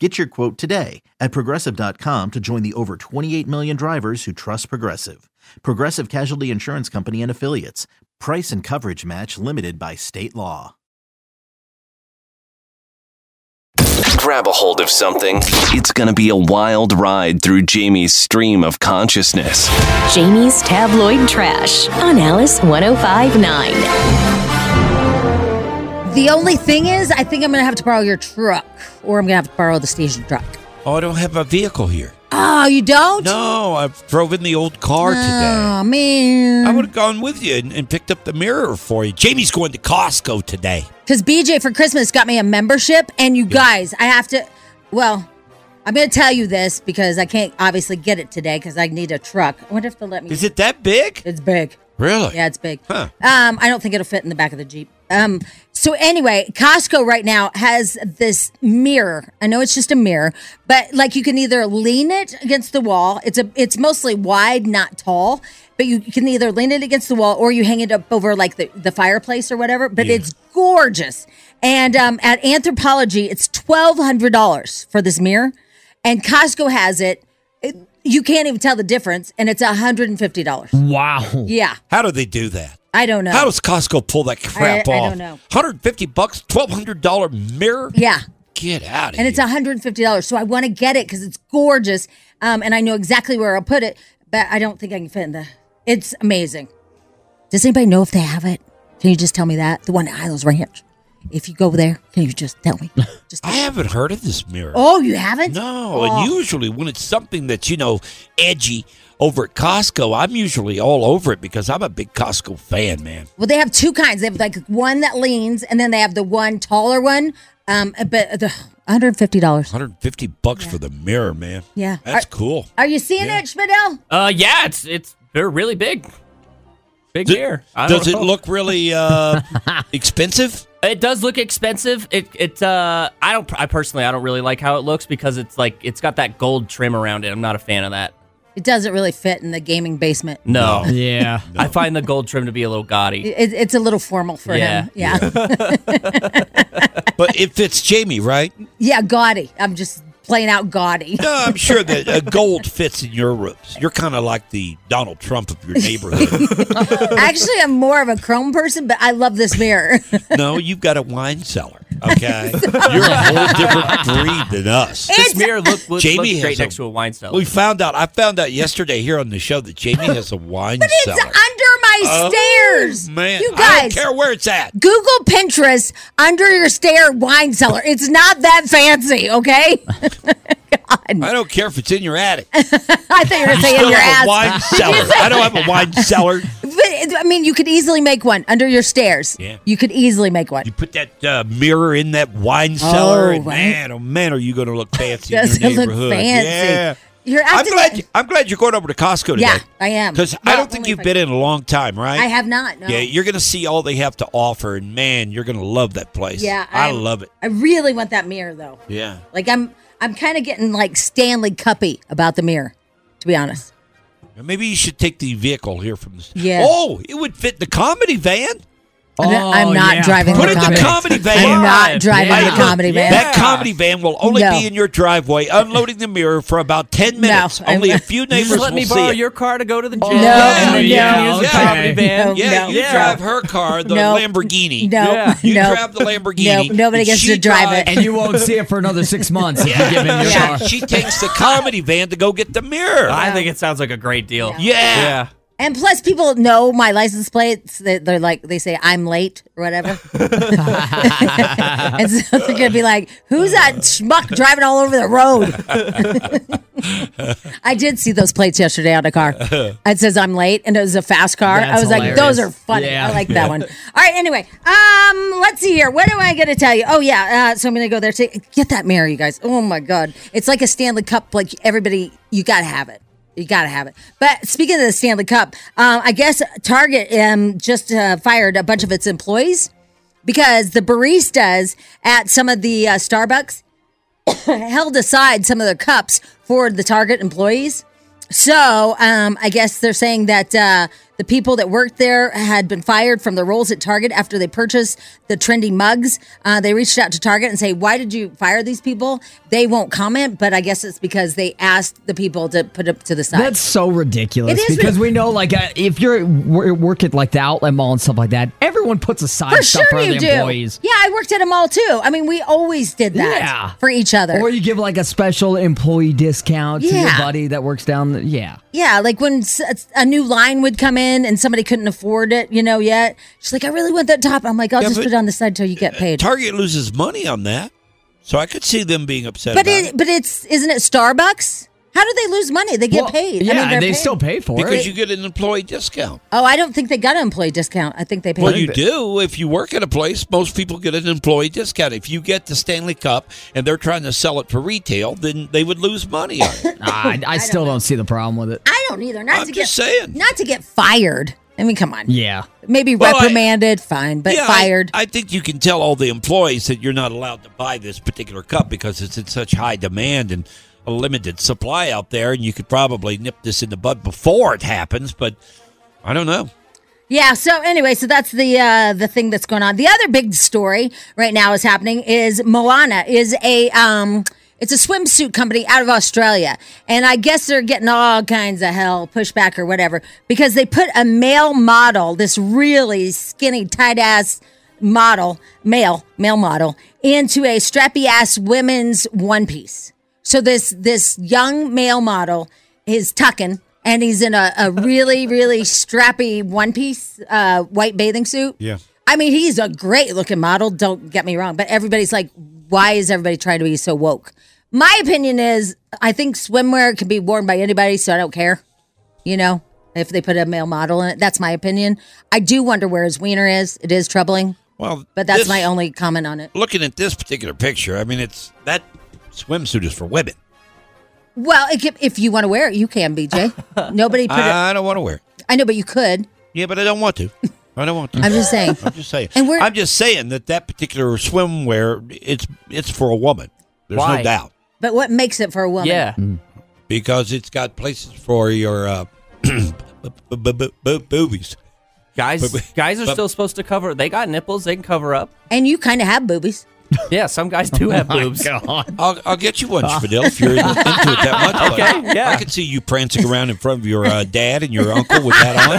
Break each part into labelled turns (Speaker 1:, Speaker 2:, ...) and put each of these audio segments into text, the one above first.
Speaker 1: Get your quote today at progressive.com to join the over 28 million drivers who trust Progressive. Progressive Casualty Insurance Company and Affiliates. Price and coverage match limited by state law.
Speaker 2: Grab a hold of something. It's going to be a wild ride through Jamie's stream of consciousness.
Speaker 3: Jamie's Tabloid Trash on Alice 1059.
Speaker 4: The only thing is, I think I'm gonna have to borrow your truck, or I'm gonna have to borrow the station truck.
Speaker 5: Oh, I don't have a vehicle here.
Speaker 4: Oh, you don't?
Speaker 5: No, I drove in the old car today.
Speaker 4: Oh man.
Speaker 5: I would have gone with you and, and picked up the mirror for you. Jamie's going to Costco today.
Speaker 4: Because BJ for Christmas got me a membership, and you guys, I have to. Well, I'm gonna tell you this because I can't obviously get it today because I need a truck. I wonder if they'll let me.
Speaker 5: Is it that big?
Speaker 4: It's big.
Speaker 5: Really?
Speaker 4: Yeah, it's big.
Speaker 5: Huh.
Speaker 4: Um, I don't think it'll fit in the back of the Jeep. Um, so anyway, Costco right now has this mirror. I know it's just a mirror, but like you can either lean it against the wall. It's a it's mostly wide, not tall, but you can either lean it against the wall or you hang it up over like the, the fireplace or whatever. But it's gorgeous. And um, at Anthropology, it's twelve hundred dollars for this mirror, and Costco has it. it you can't even tell the difference, and it's hundred and fifty dollars.
Speaker 6: Wow.
Speaker 4: Yeah.
Speaker 5: How do they do that?
Speaker 4: I don't know.
Speaker 5: How does Costco pull that crap
Speaker 4: I- I
Speaker 5: off?
Speaker 4: don't know.
Speaker 5: 150 bucks, $1,200 mirror?
Speaker 4: yeah.
Speaker 5: Get out of
Speaker 4: And it's
Speaker 5: here.
Speaker 4: $150. So I want to get it because it's gorgeous. Um, and I know exactly where I'll put it, but I don't think I can fit in the. It's amazing. Does anybody know if they have it? Can you just tell me that? The one at Highlands Ranch. If you go there, can you just tell me? Just
Speaker 5: I haven't heard of this mirror.
Speaker 4: Oh, you haven't?
Speaker 5: No,
Speaker 4: Oh.
Speaker 5: and usually when it's something that's, you know, edgy over at Costco, I'm usually all over it because I'm a big Costco fan, man.
Speaker 4: Well, they have two kinds. They have like one that leans, and then they have the one taller one. Um, but the $150.
Speaker 5: 150 bucks for the mirror, man.
Speaker 4: Yeah.
Speaker 5: That's
Speaker 4: Are-
Speaker 5: cool.
Speaker 4: Are you seeing
Speaker 5: Yeah.
Speaker 4: it, Schmidl?
Speaker 6: Uh, yeah, it's it's they're really big. Big
Speaker 5: Th-
Speaker 6: mirror. I don't
Speaker 5: Does it
Speaker 6: know.
Speaker 5: look really uh, expensive?
Speaker 6: It does look expensive. It it uh I don't I personally I don't really like how it looks because it's like it's got that gold trim around it. I'm not a fan of that.
Speaker 4: It doesn't really fit in the gaming basement.
Speaker 6: No.
Speaker 5: Yeah.
Speaker 6: I find the gold trim to be a little gaudy.
Speaker 4: It, it's a little formal for
Speaker 6: Yeah.
Speaker 4: him. Yeah.
Speaker 5: But it fits Jamie, right?
Speaker 4: Yeah, gaudy. I'm just playing out gaudy.
Speaker 5: No, I'm sure that uh, gold fits in your roofs. You're kind of like the Donald Trump of your neighborhood.
Speaker 4: Actually, I'm more of a chrome person, but I love this mirror.
Speaker 5: no, you've got a wine cellar, okay? You're a whole different breed than us.
Speaker 6: This mirror look, look,
Speaker 5: Jamie
Speaker 6: looks
Speaker 5: has
Speaker 6: great
Speaker 5: a-
Speaker 6: next to a wine cellar.
Speaker 5: We found out. I found out yesterday here on the show that Jamie has a wine
Speaker 4: it's
Speaker 5: cellar.
Speaker 4: under my
Speaker 5: Oh,
Speaker 4: stairs.
Speaker 5: Man,
Speaker 4: you
Speaker 5: I don't
Speaker 4: guys.
Speaker 5: care where it's at.
Speaker 4: Google Pinterest under your stair wine cellar. It's not that fancy, okay?
Speaker 5: I don't care if it's in your attic.
Speaker 4: I thought you were going to say in
Speaker 5: Still
Speaker 4: your
Speaker 5: have
Speaker 4: ass.
Speaker 5: a wine cellar. I don't have a wine cellar.
Speaker 4: But it- I mean, you could easily make one under your stairs.
Speaker 5: Yeah.
Speaker 4: You could easily make one.
Speaker 5: You put that uh, mirror in that wine cellar, and
Speaker 4: right.
Speaker 5: man, oh man, are you going to look fancy in
Speaker 4: Doesn't
Speaker 5: your
Speaker 4: look
Speaker 5: neighborhood?
Speaker 4: fancy.
Speaker 5: Yeah.
Speaker 4: You're
Speaker 5: I'm
Speaker 4: acting
Speaker 5: glad.
Speaker 4: like-
Speaker 5: you, I'm glad you're going over to Costco today.
Speaker 4: Yeah, I am.
Speaker 5: Because I
Speaker 4: Well,
Speaker 5: don't think
Speaker 4: only if
Speaker 5: you've
Speaker 4: I
Speaker 5: been in a long time, right?
Speaker 4: I have not. No.
Speaker 5: Yeah, you're going to see all they have to offer, and man, you're going to love that place.
Speaker 4: Yeah,
Speaker 5: I
Speaker 4: I'm-
Speaker 5: love it.
Speaker 4: I really want that mirror, though.
Speaker 5: Yeah.
Speaker 4: Like I'm I'm kind of getting like Stanley Cuppy about the mirror, to be honest.
Speaker 5: Maybe you should take the vehicle here from the.
Speaker 4: Yeah.
Speaker 5: Oh, it would fit the comedy van.
Speaker 4: I'm not- I'm
Speaker 7: Oh,
Speaker 4: not
Speaker 7: yeah,
Speaker 4: driving the
Speaker 5: Put it in
Speaker 4: comedy.
Speaker 5: the comedy van.
Speaker 4: I'm not driving
Speaker 5: Hey,
Speaker 4: the
Speaker 5: look,
Speaker 4: comedy van.
Speaker 5: That comedy van will only
Speaker 4: No.
Speaker 5: be in your driveway, unloading the mirror for about ten
Speaker 4: No,
Speaker 5: minutes.
Speaker 4: I'm-
Speaker 5: only a few
Speaker 6: You
Speaker 5: neighbors
Speaker 6: just let
Speaker 5: will
Speaker 6: me
Speaker 5: see
Speaker 6: borrow
Speaker 5: it.
Speaker 6: your car to go to the gym.
Speaker 4: Oh, No,
Speaker 6: and then you
Speaker 7: yeah,
Speaker 6: can use the
Speaker 5: okay.
Speaker 6: comedy van.
Speaker 4: No,
Speaker 5: yeah,
Speaker 4: no.
Speaker 5: you drive her car, the
Speaker 4: No.
Speaker 5: Lamborghini.
Speaker 4: No,
Speaker 6: Yeah.
Speaker 5: You
Speaker 4: no,
Speaker 5: drive the Lamborghini.
Speaker 4: No, nobody
Speaker 5: and
Speaker 4: gets
Speaker 5: she
Speaker 4: to drive it.
Speaker 5: drives-
Speaker 7: And you won't see it for another six months if you give in your
Speaker 4: Yeah.
Speaker 7: car.
Speaker 5: She takes the comedy van to go get the mirror.
Speaker 6: I think it sounds like a great deal.
Speaker 5: yeah.
Speaker 6: Yeah.
Speaker 4: And plus, people know my license plates. They- They're like, they say, I'm late or whatever. and so they're going to be like, who's that schmuck driving all over the road? I did see those plates yesterday on a car. It says, I'm late. And it was a fast car. I
Speaker 7: That's
Speaker 4: was like, those
Speaker 7: hilarious.
Speaker 4: are funny.
Speaker 7: Yeah.
Speaker 4: I like that one. All right. Anyway, um, let's see here. What am I going to tell you? Oh, yeah. Uh, so I'm going to go there. To, get that mirror, you guys. Oh, my God. It's like a Stanley Cup. Like everybody, you got to have it. You gotta have it. But speaking of the Stanley Cup, um, I guess Target um, just uh, fired a bunch of its employees because the baristas at some of the uh, Starbucks held aside some of their cups for the Target employees. So um, I guess they're saying that uh, the people that worked there had been fired from their roles at Target after they purchased the trendy mugs. Uh, they reached out to Target and say, "Why did you fire these people?" They won't comment, but I guess it's because they asked the people to put up to the side.
Speaker 7: That's so
Speaker 4: It
Speaker 7: ridiculous
Speaker 4: is
Speaker 7: because we know, like, uh, if you're wor- work at like the outlet mall and stuff like that, everyone puts aside
Speaker 4: for
Speaker 7: stuff
Speaker 4: sure
Speaker 7: for
Speaker 4: you
Speaker 7: the
Speaker 4: do.
Speaker 7: employees.
Speaker 4: Yeah, I worked at a mall too. I mean, we always did that
Speaker 7: Yeah.
Speaker 4: for each other.
Speaker 7: Or you give like a special employee discount to your
Speaker 4: Yeah.
Speaker 7: buddy that works down. The, yeah,
Speaker 4: Yeah, like when s- a new line would come in and somebody couldn't afford it, you know, yet. She's like, I really want that top. I'm like, I'll just
Speaker 5: but-
Speaker 4: put it on the side till you get paid.
Speaker 5: Target loses money on that, so I could see them being upset.
Speaker 4: But
Speaker 5: about
Speaker 4: it, but it's isn't it Starbucks? How do they lose money? They get
Speaker 7: Well,
Speaker 4: paid. I
Speaker 7: Yeah,
Speaker 4: mean, they're
Speaker 7: and they
Speaker 4: paid.
Speaker 7: still pay for
Speaker 5: because
Speaker 7: it.
Speaker 5: you get an employee discount.
Speaker 4: Oh, I don't think they got an employee discount. I think they paid.
Speaker 5: Well, you do if you work at a place. Most people get an employee discount. If you get the Stanley Cup and they're trying to sell it for retail, then they would lose money on it.
Speaker 7: Nah, I, I still don't see the problem with it.
Speaker 4: I don't either. Not
Speaker 5: I'm
Speaker 4: to
Speaker 5: just
Speaker 4: get
Speaker 5: saying.
Speaker 4: not to get fired. I mean, come on.
Speaker 7: Yeah,
Speaker 4: Maybe
Speaker 5: Well, I-
Speaker 4: reprimanded, fine, but
Speaker 5: Yeah, I-
Speaker 4: fired.
Speaker 5: I, think you can tell all the employees that you're not allowed to buy this particular cup because it's in such high demand and a limited supply out there, and you could probably nip this in the bud before it happens. But I don't know.
Speaker 4: Yeah. So anyway, so that's the uh, the thing that's going on. The other big story right now is happening is Moana is a um it's a swimsuit company out of Australia, and I guess they're getting all kinds of hell pushback or whatever because they put a male model, this really skinny tight ass model, male male model, into a strappy ass women's one piece. So this this young male model is tucking, and he's in a, a really really strappy one piece uh, white bathing suit.
Speaker 5: Yeah.
Speaker 4: I mean he's a great looking model. Don't get me wrong, but everybody's like, why is everybody trying to be so woke? My opinion is, I think swimwear can be worn by anybody, so I don't care. You know, if they put a male model in it, that's my opinion. I do wonder where his wiener is. It is troubling,
Speaker 5: Well,
Speaker 4: but that's
Speaker 5: this-
Speaker 4: my only comment on it.
Speaker 5: Looking at this particular picture, I mean, it's that swimsuit is for women.
Speaker 4: Well, it can, if you want to wear it, you can, BJ. Nobody put it.
Speaker 5: I don't want to wear. it.
Speaker 4: I know, but you could.
Speaker 5: Yeah, but I don't want to. I don't want to.
Speaker 4: I'm just saying.
Speaker 5: I'm just saying.
Speaker 4: And we're-
Speaker 5: I'm just saying that that particular swimwear, it's it's for a woman. There's
Speaker 6: Why?
Speaker 5: no doubt
Speaker 4: But what makes it for a woman?
Speaker 6: Yeah.
Speaker 5: Mm. because it's got places for your uh, bu- bu- bu- bu- bu- boobies.
Speaker 6: Guys
Speaker 5: But- but-
Speaker 6: guys are
Speaker 5: but-
Speaker 6: still supposed to cover they got nipples, they can cover up.
Speaker 4: And you kind of have boobies.
Speaker 6: Yeah, some guys do have
Speaker 5: Oh
Speaker 6: boobs.
Speaker 5: I'll, I'll get you one, Fidel, if you're in- into it that much. but
Speaker 6: Uh. Okay, yeah.
Speaker 5: I can see you prancing around in front of your uh, dad and your uncle with that on.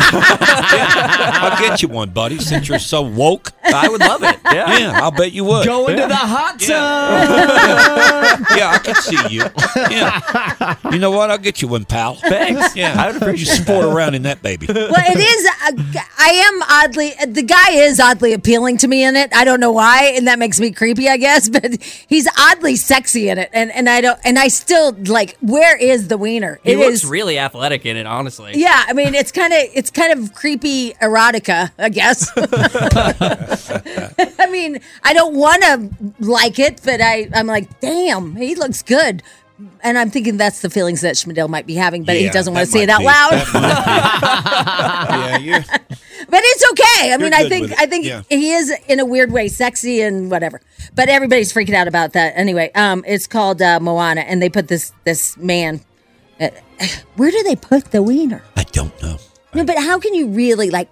Speaker 5: Yeah, I'll get you one, buddy, since you're so woke.
Speaker 6: I would love it. Yeah.
Speaker 5: Yeah, I'll bet you would.
Speaker 7: go into the hot tub.
Speaker 5: Yeah, I can see you. Yeah. You know what? I'll get you one, pal.
Speaker 6: Thanks.
Speaker 5: Yeah.
Speaker 6: I would appreciate
Speaker 5: you sport around in that baby.
Speaker 4: Well, it is. uh, I am oddly. uh, The guy is oddly appealing to me in it. I don't know why, and that makes me creepy, I guess. But he's oddly sexy in it, and and I don't. And I still like. Where is the wiener?
Speaker 6: He
Speaker 4: It
Speaker 6: looks
Speaker 4: is-
Speaker 6: really athletic in it, honestly.
Speaker 4: Yeah, I mean, it's kind of it's kind of creepy erotica, I guess. I mean, I don't want to like it, but I I'm like, damn, he looks good. And I'm thinking that's the feelings that Schmidl might be having, but he
Speaker 5: Yeah,
Speaker 4: doesn't
Speaker 5: that
Speaker 4: want to say it
Speaker 5: might
Speaker 4: out
Speaker 5: be-
Speaker 4: loud.
Speaker 5: that might be. yeah, you're,
Speaker 4: But it's okay. I mean, I
Speaker 5: good
Speaker 4: think
Speaker 5: with it.
Speaker 4: I think
Speaker 5: Yeah.
Speaker 4: he is in a weird way sexy and whatever. But everybody's freaking out about that anyway. Um, it's called uh, Moana, and they put this this man. Uh, where do they put the wiener?
Speaker 5: I don't know.
Speaker 4: No, but how can you really like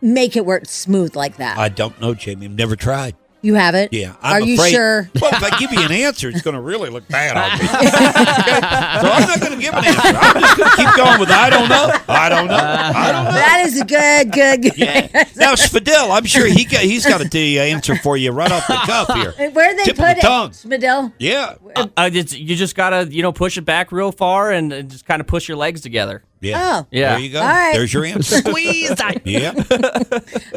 Speaker 4: make it work smooth like that?
Speaker 5: I don't know, Jamie. I've never tried.
Speaker 4: you have it.
Speaker 5: Yeah, I'm
Speaker 4: Are you
Speaker 5: afraid-
Speaker 4: sure?
Speaker 5: Well, if I give you an answer, it's going to really look bad on me. Okay? So I'm not going to give an answer. I'm just going to keep going with I don't know. I don't know. I don't know.
Speaker 4: That is a good, good, good.
Speaker 5: Now, Spadil, I'm sure he got, he's got the answer for you right off the cuff here.
Speaker 4: Where they
Speaker 5: Tip of
Speaker 4: put
Speaker 5: the
Speaker 4: it,
Speaker 5: tongue.
Speaker 4: Spadil?
Speaker 5: Yeah.
Speaker 6: Uh, uh, it's- you just gotta, you know, push it back real far and, and just kind of push your legs together.
Speaker 5: Yeah.
Speaker 4: Oh.
Speaker 6: Yeah.
Speaker 5: There you go.
Speaker 4: All right.
Speaker 5: There's your answer.
Speaker 7: Squeeze. I-
Speaker 5: Yeah.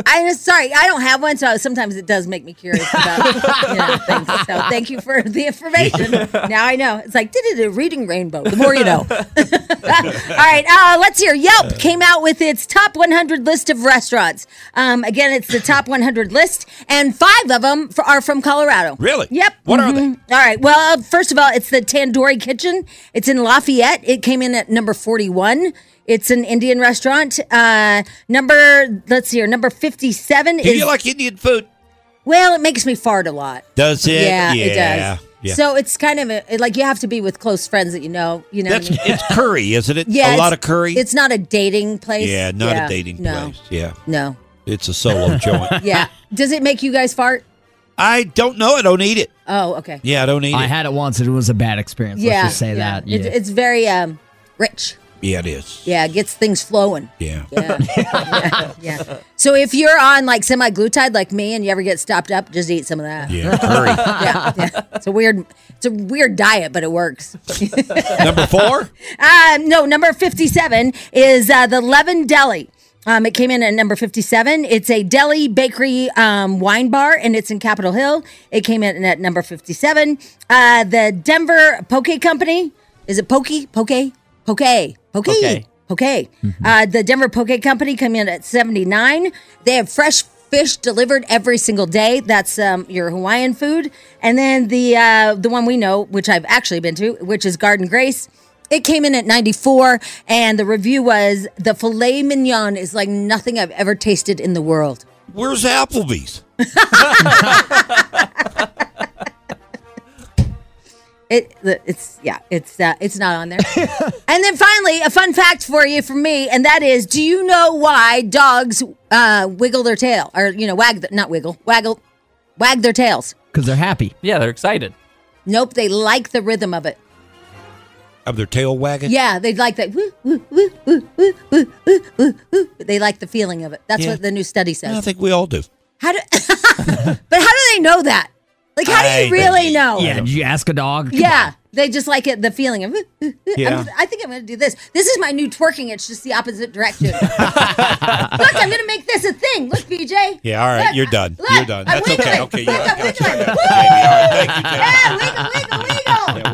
Speaker 4: I'm sorry, I don't have one, so sometimes it does make me curious about you know, things. So thank you for the information. Now I know. It's like did it reading rainbow. The more you know. All right, uh, let's hear. Yelp came out with its top 100 list of restaurants. Um, again, it's the top 100 list, and five of them for, are from Colorado.
Speaker 5: Really?
Speaker 4: Yep.
Speaker 5: What are they?
Speaker 4: Mhm. All right. Well, first of all, it's the Tandoori Kitchen. It's in Lafayette. It came in at number 41. It's an Indian restaurant. Uh, number, let's see here, number 57
Speaker 5: Do
Speaker 4: is.
Speaker 5: you like Indian food?
Speaker 4: well, it makes me fart a lot.
Speaker 5: Does it?
Speaker 4: yeah, it
Speaker 5: Yeah.
Speaker 4: does.
Speaker 5: Yeah.
Speaker 4: So it's kind of a, like you have to be with close friends that you know. You know, what I
Speaker 5: That's
Speaker 4: mean?
Speaker 5: it's curry, isn't it?
Speaker 4: yeah,
Speaker 5: a
Speaker 4: it's-
Speaker 5: lot of curry.
Speaker 4: It's not a dating place.
Speaker 5: yeah, not a dating
Speaker 4: no,
Speaker 5: place. Yeah,
Speaker 4: No.
Speaker 5: it's a solo joint.
Speaker 4: Yeah. Does it make you guys fart?
Speaker 5: I don't know. I don't eat it.
Speaker 4: Oh, okay.
Speaker 5: Yeah, I don't eat
Speaker 7: I
Speaker 5: it.
Speaker 7: had it once and it was a bad experience.
Speaker 4: yeah.
Speaker 7: Let's just say
Speaker 4: yeah.
Speaker 7: that.
Speaker 4: It-
Speaker 7: Yeah.
Speaker 4: it's very um, rich.
Speaker 5: yeah, it is.
Speaker 4: Yeah, it gets things flowing.
Speaker 5: Yeah.
Speaker 4: Yeah. yeah, yeah. So if you're on like semi-glutide like me and you ever get stopped up, just eat some of that.
Speaker 5: Yeah, curry.
Speaker 4: Yeah, yeah. It's a weird it's a weird diet, but it works.
Speaker 5: Number four.
Speaker 4: Uh, no, number 57 is uh, the Levin Deli. Um, it came in at number 57. It's a deli bakery um, wine bar, and it's in Capitol Hill. It came in at number 57. Uh, the Denver Poke Company. Is it Poke? Poke? Poke. Poke.
Speaker 6: Poke.
Speaker 4: Okay. Uh, the Denver Poke Company come in at 79. They have fresh fish delivered every single day. That's um, your Hawaiian food. And then the uh, the one we know, which I've actually been to, which is Garden Grace. It came in at 94, and the review was the filet mignon is like nothing I've ever tasted in the world.
Speaker 5: Where's Applebee's?
Speaker 4: It it's yeah it's uh, it's not on there. and then finally, a fun fact for you from me, and that is, do you know why dogs uh, wiggle their tail or you know wag the, not wiggle waggle wag their tails?
Speaker 7: Because they're happy.
Speaker 6: Yeah, they're excited.
Speaker 4: Nope, they like the rhythm of it.
Speaker 5: Of their tail wagging.
Speaker 4: Yeah, they like that. Woo, woo, woo, woo, woo, woo, woo, woo, woo. They like the feeling of it. That's
Speaker 5: Yeah.
Speaker 4: what the new study says.
Speaker 5: I think we all do.
Speaker 4: How do? but how do they know that? Like, how do
Speaker 5: I
Speaker 4: you really
Speaker 5: don't-
Speaker 4: know?
Speaker 7: Yeah. Did you ask a dog? Come
Speaker 4: Yeah, they just like it. The feeling of. I'm-
Speaker 5: Yeah.
Speaker 4: I think I'm going to do this. This is my new twerking. It's just the opposite direction. Look, I'm going to make this a thing. Look, BJ.
Speaker 5: Yeah, all right,
Speaker 4: Look,
Speaker 5: you're done.
Speaker 4: look,
Speaker 5: You're done.
Speaker 4: I'm
Speaker 5: That's okay,
Speaker 4: wiggling.
Speaker 5: okay,
Speaker 4: Look,
Speaker 5: yeah, I
Speaker 4: I'm
Speaker 5: got you, I
Speaker 4: wiggling.
Speaker 5: got
Speaker 4: Woo!
Speaker 5: you, Jamie. All right, thank you, Jamie.
Speaker 4: Yeah, wiggle, wiggle, wiggle.
Speaker 5: Yeah,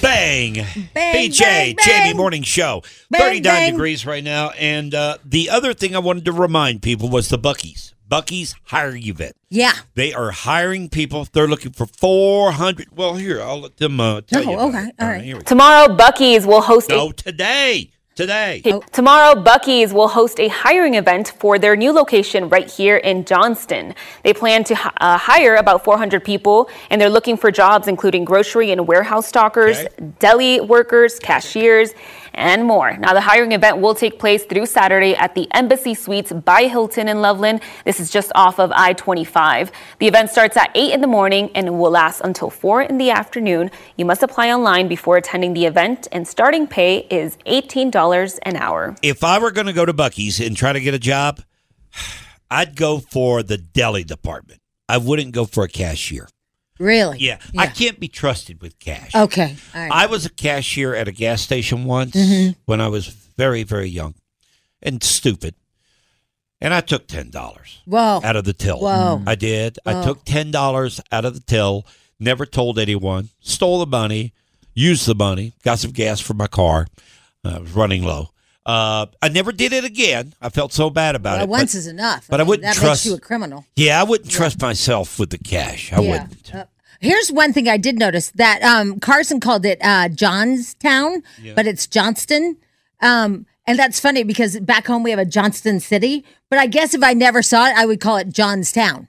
Speaker 5: Bang.
Speaker 4: Bang,
Speaker 5: BJ,
Speaker 4: bang,
Speaker 5: Jamie
Speaker 4: bang.
Speaker 5: Morning Show.
Speaker 4: Bang,
Speaker 5: 39
Speaker 4: bang.
Speaker 5: degrees right now. And uh, the other thing I wanted to remind people was the Buckies. Buckies hire you vet.
Speaker 4: Yeah.
Speaker 5: They are hiring people. They're looking for 400. Well, here, I'll let them uh, tell you.
Speaker 4: Oh,
Speaker 5: about it.
Speaker 4: okay. All right.
Speaker 5: Here we go.
Speaker 8: Tomorrow, Bucky's will host
Speaker 5: No, today. Today.
Speaker 8: a tomorrow Bucky's will host a hiring event for their new location right here in Johnston. They plan to hi- uh, hire about 400 people, and they're looking for jobs including grocery and warehouse stockers,
Speaker 5: Okay.
Speaker 8: deli workers, cashiers, and more. Now, the hiring event will take place through Saturday at the Embassy Suites by Hilton in Loveland. This is just off of I 25. The event starts at 8 in the morning and will last until 4 in the afternoon. You must apply online before attending the event, and starting pay is $18 an hour.
Speaker 5: If I were going to go to Bucky's and try to get a job, I'd go for the deli department. I wouldn't go for a cashier.
Speaker 4: Really?
Speaker 5: Yeah, I can't be trusted with cash.
Speaker 4: Okay. All right. Mm-hmm.
Speaker 5: I was a cashier at a gas station once when I was very, very young and stupid. And I took ten dollars
Speaker 4: Whoa.
Speaker 5: out of the till.
Speaker 4: Oh. Whoa.
Speaker 5: I did. I took ten dollars out of the till, never told anyone, stole the money, used the money, got some gas for my car. Uh, I was running low. Uh, I never did it again. I felt so bad about
Speaker 4: Well,
Speaker 5: it.
Speaker 4: once
Speaker 5: but-
Speaker 4: is enough.
Speaker 5: but I wouldn't
Speaker 4: that makes
Speaker 5: trust-
Speaker 4: you a criminal.
Speaker 5: yeah, I wouldn't trust myself with the cash. I
Speaker 4: Yeah.
Speaker 5: wouldn't.
Speaker 4: Uh, here's one thing I did notice that um, Carson called it uh, Johnstown, but it's Johnston. Um, and that's funny because back home we have a Johnston City, but I guess if I never saw it, I would call it Johnstown,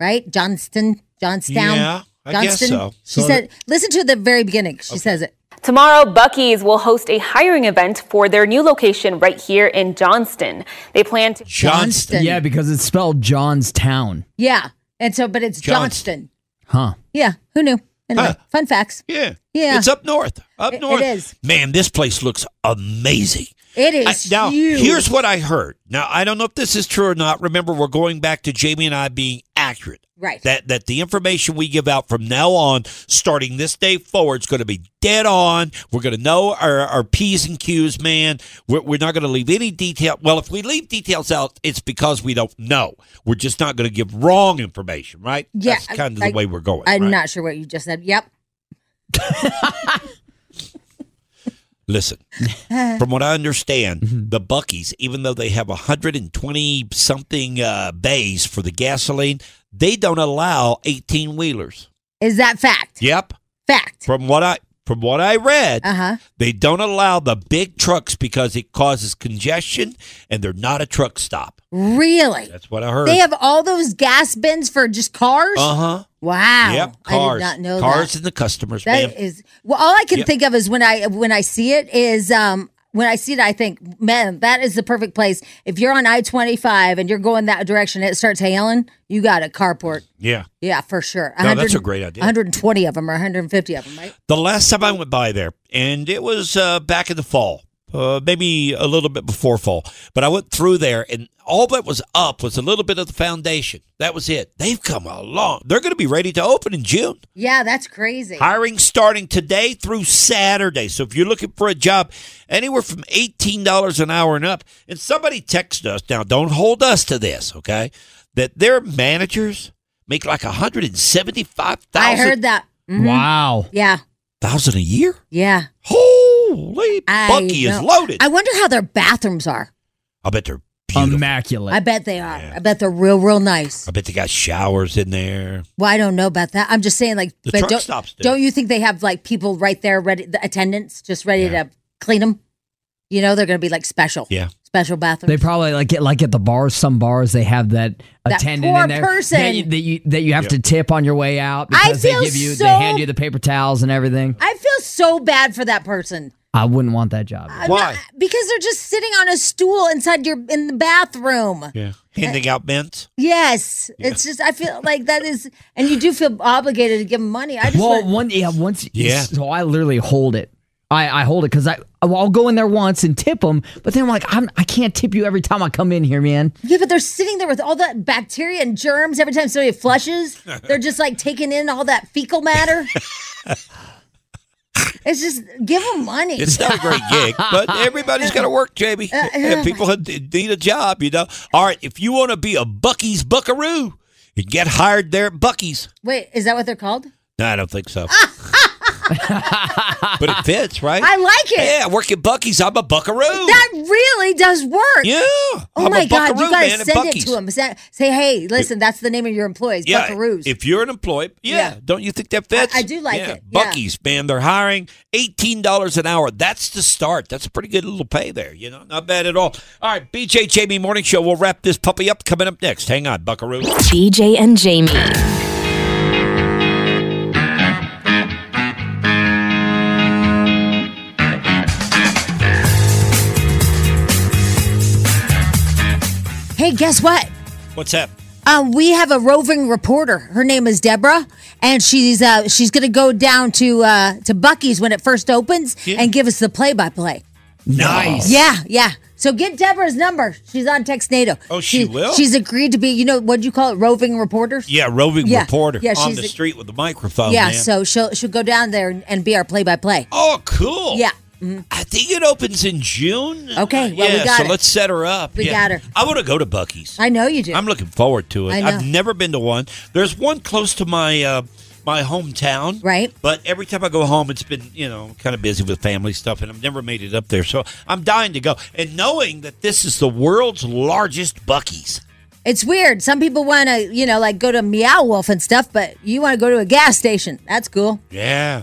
Speaker 4: right? Johnston, Johnstown.
Speaker 5: Yeah, I guess so.
Speaker 4: She
Speaker 5: So
Speaker 4: said, listen to the very beginning. She says it.
Speaker 8: Tomorrow, Bucky's will host a hiring event for their new location right here in Johnston. They plan to
Speaker 5: Johnston.
Speaker 4: Johnston.
Speaker 7: Yeah, because it's spelled John's Town.
Speaker 4: Yeah. And so, but it's Johnston.
Speaker 5: Johnston.
Speaker 7: Huh.
Speaker 4: Yeah. Who knew? Anyway,
Speaker 5: Huh.
Speaker 4: fun facts.
Speaker 5: Yeah.
Speaker 4: Yeah.
Speaker 5: It's up north. Up
Speaker 4: It- it
Speaker 5: north.
Speaker 4: is.
Speaker 5: Man, this place looks amazing.
Speaker 4: It
Speaker 5: I-
Speaker 4: is.
Speaker 5: now,
Speaker 4: huge.
Speaker 5: here's what I heard. Now, I don't know if this is true or not. Remember, we're going back to Jamie and I being accurate.
Speaker 4: Right.
Speaker 5: That that the information we give out from now on, starting this day forward, is going to be dead on. We're going to know our, our P's and Q's, man. We're, we're not going to leave any detail. Well, if we leave details out, it's because we don't know. We're just not going to give wrong information, right?
Speaker 4: Yeah,
Speaker 5: That's kind of
Speaker 4: I-
Speaker 5: the way we're going.
Speaker 4: I'm
Speaker 5: right?
Speaker 4: not sure what you just said. Yep.
Speaker 5: Listen, from what I understand, the Buckies, even though they have 120 something uh, bays for the gasoline, they don't allow 18 wheelers.
Speaker 4: Is that fact?
Speaker 5: Yep.
Speaker 4: Fact.
Speaker 5: From what I from what I read,
Speaker 4: Uh huh.
Speaker 5: they don't allow the big trucks because it causes congestion and they're not a truck stop.
Speaker 4: Really?
Speaker 5: That's what I heard.
Speaker 4: Mm. They have all those gas bins for just cars?
Speaker 5: uh-huh.
Speaker 4: wow.
Speaker 5: Yep, cars.
Speaker 4: I did not know
Speaker 5: cars
Speaker 4: that.
Speaker 5: and the customers,
Speaker 4: That
Speaker 5: man.
Speaker 4: is- well all I can
Speaker 5: Yep.
Speaker 4: think of is when I when I see it is um when I see it I think, man, that is the perfect place. If you're on I twenty five and you're going that direction, it starts hailing, you got a carport.
Speaker 5: Yeah.
Speaker 4: Yeah, for sure.
Speaker 5: No, that's
Speaker 4: 100
Speaker 5: a great idea.
Speaker 4: 120 of them or 150 of them, right?
Speaker 5: The last time I went by there, and it was uh, back in the fall, uh, maybe a little bit before fall, but I went through there, and all that was up was a little bit of the foundation. That was it. They've come along. They're going to be ready to open in June.
Speaker 4: Yeah, that's crazy.
Speaker 5: Hiring starting today through Saturday. So if you're looking for a job, anywhere from $18 an hour and up, and somebody texted us, now don't hold us to this, okay, that their managers make like
Speaker 4: I
Speaker 5: 175000
Speaker 4: heard that. Mhm.
Speaker 7: Wow.
Speaker 4: Yeah.
Speaker 5: a year?
Speaker 4: Yeah.
Speaker 5: Holy
Speaker 4: I
Speaker 5: Bucky is
Speaker 4: know.
Speaker 5: loaded.
Speaker 4: I
Speaker 5: I,
Speaker 4: wonder how their bathrooms are.
Speaker 5: bet they're beautiful.
Speaker 7: Immaculate.
Speaker 4: I bet they are. I bet they're real, real nice.
Speaker 5: I bet they got showers in there.
Speaker 4: Well, I don't know about that. I'm just saying, like,
Speaker 5: The
Speaker 4: but
Speaker 5: truck
Speaker 4: don't,
Speaker 5: stops do.
Speaker 4: Don't you think they have like people right there, ready, the attendants, just ready to clean them? You know, they're going to be like special,
Speaker 5: Yeah.
Speaker 4: special bathroom.
Speaker 7: They probably like it like at the bars. Some bars they have that,
Speaker 4: That
Speaker 7: attendant
Speaker 4: poor
Speaker 7: in there
Speaker 4: person.
Speaker 7: that you, that you that you have to tip on your way out
Speaker 4: I
Speaker 7: because they
Speaker 4: feel
Speaker 7: give you
Speaker 4: so-
Speaker 7: they hand you the paper towels and everything.
Speaker 4: I feel so bad for that person
Speaker 7: I wouldn't want that job.
Speaker 4: I'm
Speaker 5: Why?
Speaker 4: not- because they're just sitting on a stool inside your in the bathroom.
Speaker 5: Yeah. Handing out mints.
Speaker 4: Yes, it's just I feel like that is, and you do feel obligated to give them money. I just
Speaker 7: Well,
Speaker 4: want-
Speaker 7: one yeah, once
Speaker 5: Yeah.
Speaker 7: So I literally hold it. I, I hold it because I I'll go in there once and tip them, but then I'm like I'm I can't tip you every time I come in here, man.
Speaker 4: yeah, but they're sitting there with all that bacteria and germs. Every time somebody flushes, they're just like taking in all that fecal matter. It's just give them money.
Speaker 5: It's not a great gig, but everybody's got to work, Jamie.
Speaker 4: Uh,
Speaker 5: And people need a job, you know. All right, if you want to be a Bucky's Buckaroo, you get hired there at Bucky's.
Speaker 4: Wait, is that what they're called?
Speaker 5: No, I don't think so. but it fits, right?
Speaker 4: I like it.
Speaker 5: Yeah, I work at Bucky's. I'm a Buckaroo.
Speaker 4: That really does work.
Speaker 5: Yeah.
Speaker 4: Oh
Speaker 5: I'm a
Speaker 4: my God,
Speaker 5: buckaroo,
Speaker 4: you
Speaker 5: man,
Speaker 4: guys
Speaker 5: at
Speaker 4: send it
Speaker 5: Buc-ee's.
Speaker 4: to them. Say, say, hey, listen, that's the name of your employees,
Speaker 5: yeah,
Speaker 4: Buckaroos.
Speaker 5: If you're an employee, yeah,
Speaker 4: Yeah.
Speaker 5: don't you think that fits?
Speaker 4: I- I do like
Speaker 5: Yeah,
Speaker 4: it, yeah.
Speaker 5: Bucky's, man, they're hiring eighteen dollars an hour. That's the start. That's a pretty good little pay there. You know, not bad at all. All right, BJ Jamie Morning Show. We'll wrap this puppy up. Coming up next. Hang on, Buckaroo.
Speaker 3: BJ and Jamie.
Speaker 4: Hey, guess what?
Speaker 5: What's up?
Speaker 4: Um, we have a roving reporter. Her name is Deborah, and she's uh, she's going to go down to uh, to Bucky's when it first opens and give us the play by play.
Speaker 7: Nice.
Speaker 4: Yeah, yeah. So get Deborah's number. She's on Textnado.
Speaker 5: Oh, she will?
Speaker 4: She's agreed to be. You know what do you call it? Roving reporters.
Speaker 5: Yeah, roving
Speaker 4: Yeah,
Speaker 5: reporter
Speaker 4: yeah,
Speaker 5: on
Speaker 4: she's
Speaker 5: the
Speaker 4: a-
Speaker 5: street with a microphone.
Speaker 4: yeah.
Speaker 5: man.
Speaker 4: So she'll she'll go down there and, and be our play by play.
Speaker 5: Oh, cool.
Speaker 4: Yeah.
Speaker 5: I think it opens in June.
Speaker 4: Okay, well, we
Speaker 5: yeah,
Speaker 4: got
Speaker 5: so
Speaker 4: it.
Speaker 5: let's set her up.
Speaker 4: We
Speaker 5: Yeah.
Speaker 4: got her.
Speaker 5: I want to go to Bucky's.
Speaker 4: I know you do.
Speaker 5: I'm looking forward to it.
Speaker 4: I know.
Speaker 5: I've never been to one. There's one close to my uh, my hometown,
Speaker 4: Right.
Speaker 5: But every time I go home, it's been you know kind of busy with family stuff, and I've never made it up there. So I'm dying to go. And knowing that this is the world's largest Bucky's,
Speaker 4: It's weird. Some people want to, you know, like go to Meow Wolf and stuff, but you want to go to a gas station. That's cool.
Speaker 5: yeah.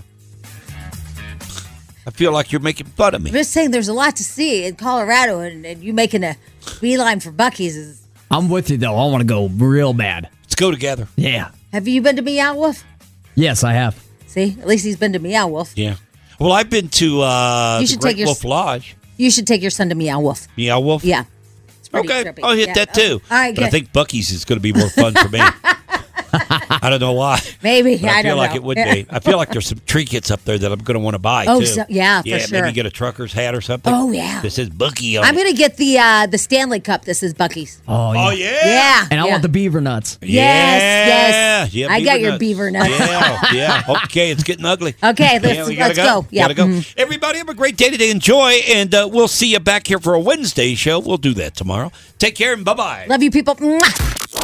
Speaker 5: I feel like you're making fun of me.
Speaker 4: I'm just saying, there's a lot to see in Colorado, and, and you making a beeline for Bucky's is.
Speaker 7: I'm with you though. I want to go real bad.
Speaker 5: Let's go together.
Speaker 7: Yeah.
Speaker 4: Have you been to Meow Wolf?
Speaker 7: Yes, I have.
Speaker 4: See, at least he's been to Meow Wolf.
Speaker 5: Yeah. Well, I've been to uh,
Speaker 4: You
Speaker 5: the
Speaker 4: should
Speaker 5: Great
Speaker 4: take your-
Speaker 5: Wolf Lodge.
Speaker 4: You should take your son to Meow Wolf.
Speaker 5: Meow Wolf.
Speaker 4: Yeah. It's pretty
Speaker 5: Okay,
Speaker 4: trippy.
Speaker 5: I'll hit
Speaker 4: Yeah.
Speaker 5: that too.
Speaker 4: All right,
Speaker 5: but I
Speaker 4: good.
Speaker 5: think Bucky's is going to be more fun for me. I don't know why.
Speaker 4: Maybe
Speaker 5: But I,
Speaker 4: I,
Speaker 5: feel
Speaker 4: don't
Speaker 5: like
Speaker 4: know.
Speaker 5: it would be. I feel like there's some trinkets up there that I'm going to want to buy
Speaker 4: Oh,
Speaker 5: too.
Speaker 4: so- yeah, for
Speaker 5: yeah,
Speaker 4: sure.
Speaker 5: maybe get a trucker's hat or something.
Speaker 4: Oh, yeah.
Speaker 5: that says Bucky on.
Speaker 4: I'm
Speaker 5: it.
Speaker 4: gonna get the uh the Stanley Cup. This is Bucky's.
Speaker 7: Oh yeah.
Speaker 5: Oh yeah,
Speaker 4: Yeah.
Speaker 7: And I
Speaker 4: yeah.
Speaker 7: want the beaver nuts.
Speaker 4: Yes, yes.
Speaker 5: Yeah,
Speaker 4: I got your
Speaker 5: nuts.
Speaker 4: beaver nuts.
Speaker 5: Yeah, yeah. Okay, it's getting ugly.
Speaker 4: Okay, let's-
Speaker 5: we
Speaker 4: let's go. Yeah,
Speaker 5: Gotta go.
Speaker 4: mhm.
Speaker 5: Everybody, have a great day today. Enjoy, and uh, we'll see you back here for a Wednesday show. We'll do that tomorrow. Take care and bye bye.
Speaker 4: Love you, people. Mwah.